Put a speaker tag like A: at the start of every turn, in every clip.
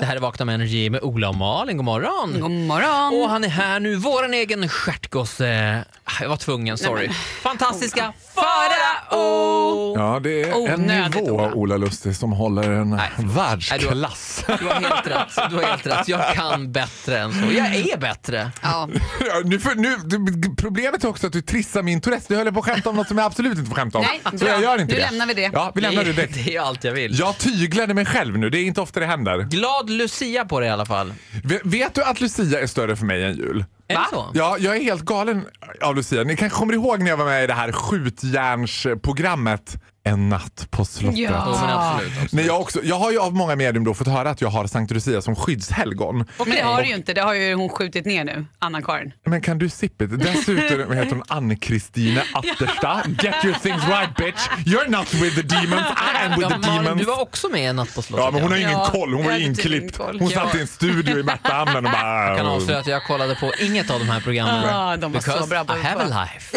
A: Det här är Vakna med Energy med Ola och Malin. God morgon!
B: God morgon!
A: Och han är här nu, våran egen stjärtgosse. Ah, Jag var tvungen, sorry. Fantastiska Farao!
C: Ja, det är en
B: Onödigt,
C: nivå,
B: Ola.
C: Ola. Lustig, som håller en
A: Nej, du, har,
C: världsklass.
A: du har helt rätt. Du har helt rätt. Jag kan bättre än så. Jag är bättre.
B: Ja,
C: Ja, nu, för, nu, du, problemet är också att du trissar min Tourettes. Du höll på att skämta om något som jag absolut inte får skämta om.
B: Nej,
C: så
B: bra.
C: jag gör inte
B: Nu
C: det.
B: lämnar vi det.
C: Ja, vi lämnar det
A: det,
C: direkt.
A: det är ju allt jag vill.
C: Jag tyglade mig själv nu, det är inte ofta det händer.
A: Glad Lucia på dig i alla fall.
C: Ve- Vet du att Lucia är större för mig än jul?
A: Är det så?
C: Ja, jag är helt galen av Lucia. Ni kanske kommer ihåg när jag var med i det här skjutjärnsprogrammet En natt på slottet.
B: Ja.
A: Jo, men absolut.
C: När jag, också, jag har ju av många medium då fått höra att jag har Sankt Lucia som skyddshelgon.
B: men det har du ju inte. Det har ju hon skjutit ner nu, Anna-Karin.
C: Men kan du sippet? Dessutom heter hon Ann-Kristine Atterstad. Get your things right bitch! You're not with the demons, I am with
A: Ja,
C: the
A: Malin, du
C: demons.
A: var också med i Natt på slottet.
C: Ja, men hon har
A: ja.
C: ingen
B: Ja,
C: koll, hon var
B: jag
C: ju
B: hade tydligen
C: inklippt.
B: koll.
C: Hon
B: Ja.
C: satt i en studio i Märtahamnen och bara...
A: Jag kan avslöja att jag kollade på inget av de här programmen.
B: Ja, Ah, de var så
A: because
B: bra på
A: I have
B: det.
A: a life.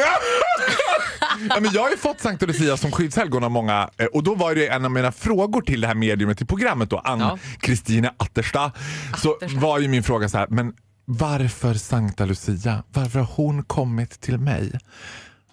C: Ja, men jag har ju fått Sankt Lucia som skyddshelgon av många eh, och då var det en av mina frågor till det här mediumet i programmet då,
A: Ja.
C: Ann-Kristine Atterstad, så var ju min fråga så här, men varför Sankta Lucia? Varför har hon kommit till mig?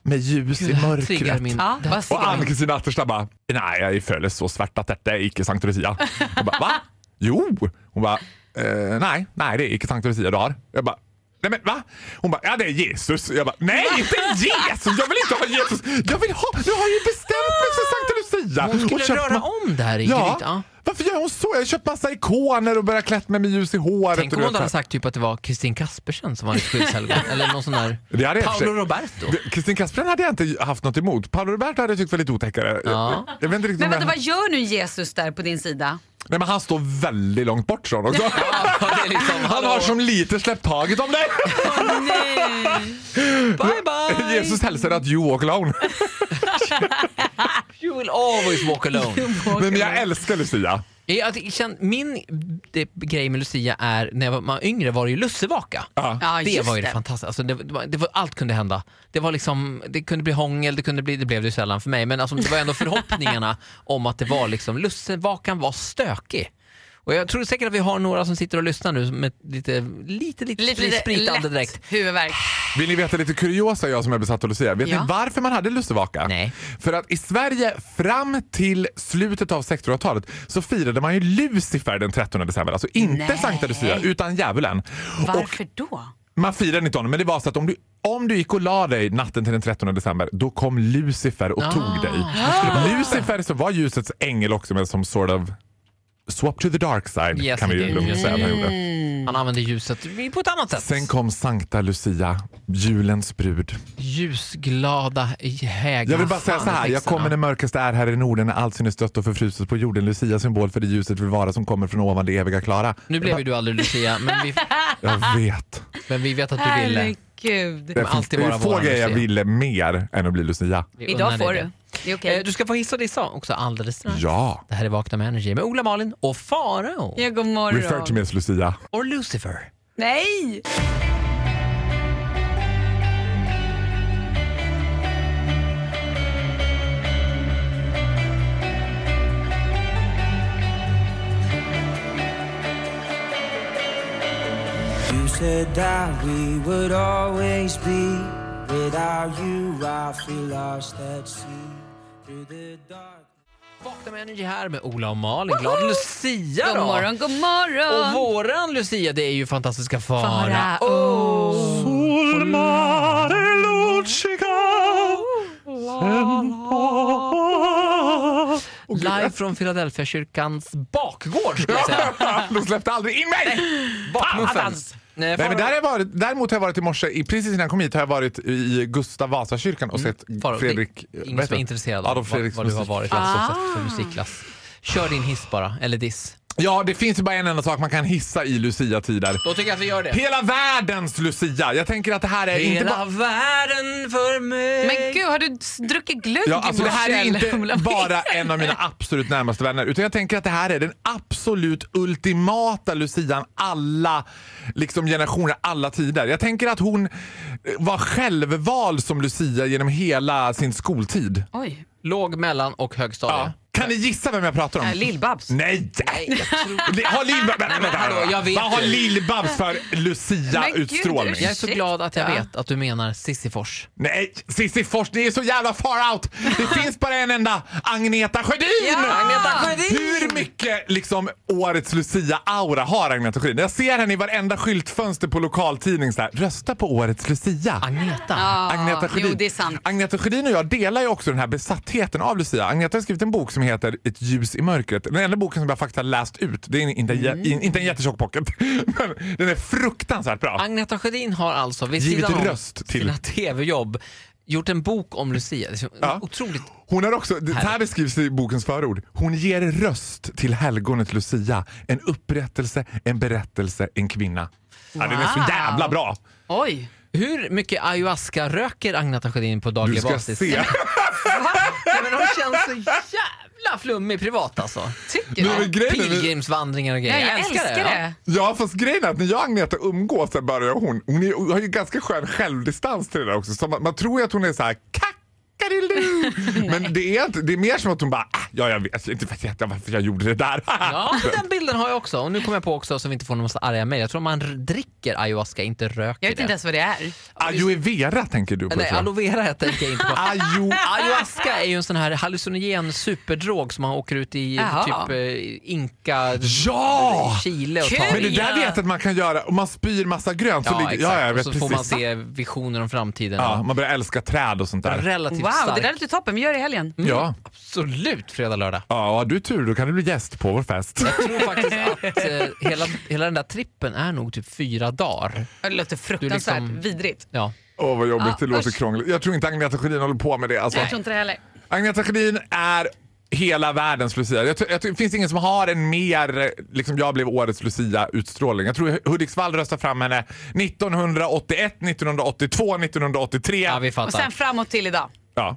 C: Med ljus
A: Gud, det
C: i
A: här triggar
C: mörkret.
A: min...
B: Ja.
A: det här
C: Och
A: triggar min-
C: Ann-Kristin Atterstad bara, nej jag är föle så svart att detta är icke Sankt Lucia. Jag bara, va? Jo! Hon bara, eh, nej, nej det är icke Sankt Lucia du har. Jag bara, nej men va? Hon bara, ja det är Jesus. Jag bara, nej inte Jesus! Jag vill inte ha Jesus! Jag vill ha, nu har jag ju bestämt mig för Sankt Lucia.
A: Hon skulle
C: köpt
A: röra
C: ma-
A: om det här Ingrid.
C: Ja.
A: Ja.
C: Varför gör hon så? Jag har köpt massa ikoner och börjat klätt mig med ljus i håret.
A: Tänk
C: och
A: om
C: du
A: hon
C: vet så
A: hade
C: här.
A: sagt typ att det var Kristin Kaspersen som var hennes skyddshelgon. Eller någon sån där
C: Det hade jag i och för
A: Paolo
C: sig-
A: Roberto.
C: Det- Kristin Kasperen hade jag inte haft något emot. Paolo Roberto hade jag tyckt var lite otäckare.
A: Ja.
C: Jag vet inte riktigt
B: Men
C: om jag-
B: vänta, vad gör nu Jesus där på din sida?
C: Nej men han står väldigt långt bort från också.
A: Ja, det är liksom,
C: Han
A: hallå.
C: har som lite släppt taget om dig.
A: Bye bye!
C: Jesus hälsar att you walk alone.
A: You will always walk alone.
C: Nej, men jag älskar Lucia.
A: Jag, Eh, jag, känn- min det, grej med Lucia är, när jag var, man var yngre var det ju lussevaka.
C: Ja.
B: Ja,
A: det
B: just
A: var ju det,
B: det.
A: fantastiska. Alltså det, det var, det var, allt kunde hända. Det, var liksom, det kunde bli hångel, det, kunde bli, det blev det ju sällan för mig, men alltså, det var ändå förhoppningarna om att det var liksom, lussevakan var stökig. Och jag tror säkert att vi har några som sitter och lyssnar nu med lite, lite, lite, lite spritande direkt.
B: huvudvärk.
C: Vill ni veta lite kuriosa jag som är besatt av Lucia? Vet
B: Ja.
C: ni varför man hade lussevaka?
A: Nej.
C: För att i Sverige fram till slutet av 1600-talet så firade man ju Lucifer den 13 december. Alltså inte
B: Nej.
C: Sankta Lucia utan djävulen. Och
B: Varför då?
C: Man firade inte honom, men det var så att om du, om du gick och la dig natten till den 13 december, då kom Lucifer och
A: Ah.
C: tog dig. Lucifer som var ljusets ängel också, men som sort of swap to the dark side
A: Yes, Mm.
C: kan vi
A: det-
C: ju lugnt
A: yes,
C: säga att han gjorde.
B: Mm.
A: Han använde ljuset på ett annat sätt.
C: Sen kom Sankta Lucia, julens brud.
A: Ljusglada hägrar.
C: Jag vill bara säga så här, jag kommer när mörkaste är här i Norden, när allt synes dött och förfruset på jorden. Lucia symbol för det ljuset vill vara som kommer från ovan det eviga klara.
A: Nu blev ju du aldrig Lucia, men vi,
C: Jag vet.
A: men vi vet att du ville.
B: Herregud.
C: Det
A: kommer
C: finns
A: alltid vara
C: få
A: våran
C: grejer jag
A: Lucia.
C: ville mer än att bli Lucia.
A: Vi unnar
B: Idag
A: dig
B: får
A: det.
B: du. Det är okej.
A: Eh, Du ska få hissa och dissa också alldeles strax.
C: Ja,
A: Det här är Vakna med Energy med Ola Malin och Farao.
B: Ja, god
C: refer to
B: morgon.
C: me as Lucia.
A: Or Lucifer.
B: Nej!
D: You said that we would always be. Without you, I feel lost at sea. Through the dark.
A: Vakna med Energy här med Ola och Malin. Glad Lucia
B: God
A: då!
B: morgon, god
A: Och
B: morgon!
A: våran Lucia det är ju fantastiska Farao.
B: Farao. oh.
A: Live från Philadelphia kyrkans bakgård skulle jag säga.
C: De släppte aldrig in mig!
A: Bakmuffen.
C: attans.
A: Nej,
C: Nej, men
A: Eh, Farao-
C: där har jag varit, däremot har jag varit i morse, i- precis innan jag kom hit, har jag varit i Gustav Vasakyrkan och sett
A: Mm. Farao,
C: Fredrik...
A: det är
C: vad
A: Ingen
C: heter
A: som är
C: han?
A: intresserad av
C: Adolf
A: vad,
C: Fredriks
A: vad du har
C: musik.
A: varit alltså, för musikklass. Kör din hiss bara, eller diss.
C: Ja, det finns ju bara en enda sak man kan hissa i Lucia-tider.
A: Då tycker jag att vi gör det.
C: Hela världens Lucia! Jag tänker att det här är inte bara...
A: Hela världen för mig.
B: Men gud, har du s- druckit glögg
C: Ja,
B: i
C: alltså det här är
B: morse, eller?
C: inte bara en av mina absolut närmaste vänner utan jag tänker att det här är den absolut ultimata lucian alla liksom generationer, alla tider. Jag tänker att hon eh, var självvald som lucia genom hela sin skoltid.
B: Oj,
A: Låg, mellan och högstadie.
C: Ja. Kan ni gissa vem jag pratar om?
B: äh, Lill-Babs.
C: Nej! Li- Har Lill-Babs... Vänta, vänta,
A: hallå, jag vet
C: Vad har
A: ju.
C: Lill-Babs för
B: Men gud,
C: lucia-utstrålning?
B: ursäkta.
A: Jag är så glad att jag
B: Ursäkta.
A: vet att du menar Sissifors.
C: Nej, Cissi Fors, ni är så jävla far out! Det finns bara en enda, Agneta Sjödin!
B: Ja! Agneta
C: Sjödin! Hur mycket liksom årets Lucia-aura har Agneta Sjödin? Jag ser henne i varenda skyltfönster på lokaltidning så här, rösta på årets Lucia.
A: Agneta.
C: Agneta Sjödin.
B: jo, det är sant.
C: Agneta Sjödin och jag delar ju också den här besattheten av Lucia. Agneta har skrivit en bok som heter Ett ljus i mörkret. Den enda boken som jag faktiskt har läst ut. Det är inte, en jä-
B: Mm.
C: in- inte en jättetjock pocket, men den är fruktansvärt bra.
A: Agneta Sjödin har alltså vid
C: Givit
A: sidan om
C: röst till-
A: sina tv-jobb gjort en bok om Lucia. Det är så
C: Ja.
A: Otroligt.
C: Hon har också, det här beskrivs i bokens förord. Hon ger röst till helgonet Lucia. En upprättelse, en berättelse, en kvinna. Ja, den är så
B: Wow.
C: jävla bra!
B: Oj.
A: Hur mycket ayahuasca röker Agneta Sjödin på daglig
C: Du ska
A: basis?
C: se.
A: Nej, men hon känns så jävla flummig privat alltså.
B: Tycker
C: Nu är
B: du?
C: grejen, är-
A: Pilgrimsvandringar och
B: Ja,
A: grejer.
B: jag älskar det.
C: ja, fast grejen är att när jag och Agneta umgås så börjar hon. Hon är, har ju ganska skön självdistans till det där också. Så man, man tror ju att hon är så här kackadilu. Men det är, inte, det är mer som att hon bara, "Ah, ja jag vet inte vet jag varför jag gjorde det där.
A: Ja, men den bilden har jag också. Och nu kommer jag på också, så vi inte får någon massa arga mejl. Jag tror man r- dricker ayahuasca, inte röker
B: Jag vet inte
A: det.
B: ens vad det är.
C: Aloe vera tänker du på.
A: Nej,
C: tror jag.
A: aloe vera tänker jag inte på.
C: Ajo-
A: Ayahuasca är ju en sån här hallucinogen superdrog som man åker ut i
B: Jaha.
A: typ eh, Inka,
C: Ja!
A: Chile och
B: Kul!
A: tar.
C: Men det där
B: Ja.
C: vet jag att man kan göra. Om man spyr massa grönt så
A: Ja,
C: ligger...
A: exakt.
C: Ja, jag
A: och
C: vet
A: så
C: precis.
A: får man se visioner om framtiden.
C: Ja,
A: Ja.
C: man börjar älska träd och sånt där.
A: Relativt
B: Wow, det
A: stark.
B: där låter toppen. Vi gör det i helgen.
C: Ja.
A: Absolut fredag, lördag.
C: Ja, och har du tur då kan du bli gäst på vår fest.
A: Jag tror faktiskt att eh, hela, hela den där trippen är nog typ fyra dagar.
B: Det låter fruktansvärt
A: liksom-
B: vidrigt.
A: Ja.
C: Åh vad jobbigt,
B: Ja,
C: det låter
B: usch.
C: krångligt. Jag tror inte Agneta Sjödin håller på med det. Alltså.
B: Jag tror inte det heller.
C: Agneta Sjödin är hela världens Lucia. Jag, tror- jag, tror- det finns ingen som har en mer, eh, liksom jag blev årets Lucia-utstrålning. Jag tror Hudiksvall röstade fram henne 1981, 1982, 1983.
A: ja, vi
B: Och
A: fattar.
B: sen framåt till idag.
C: Ja,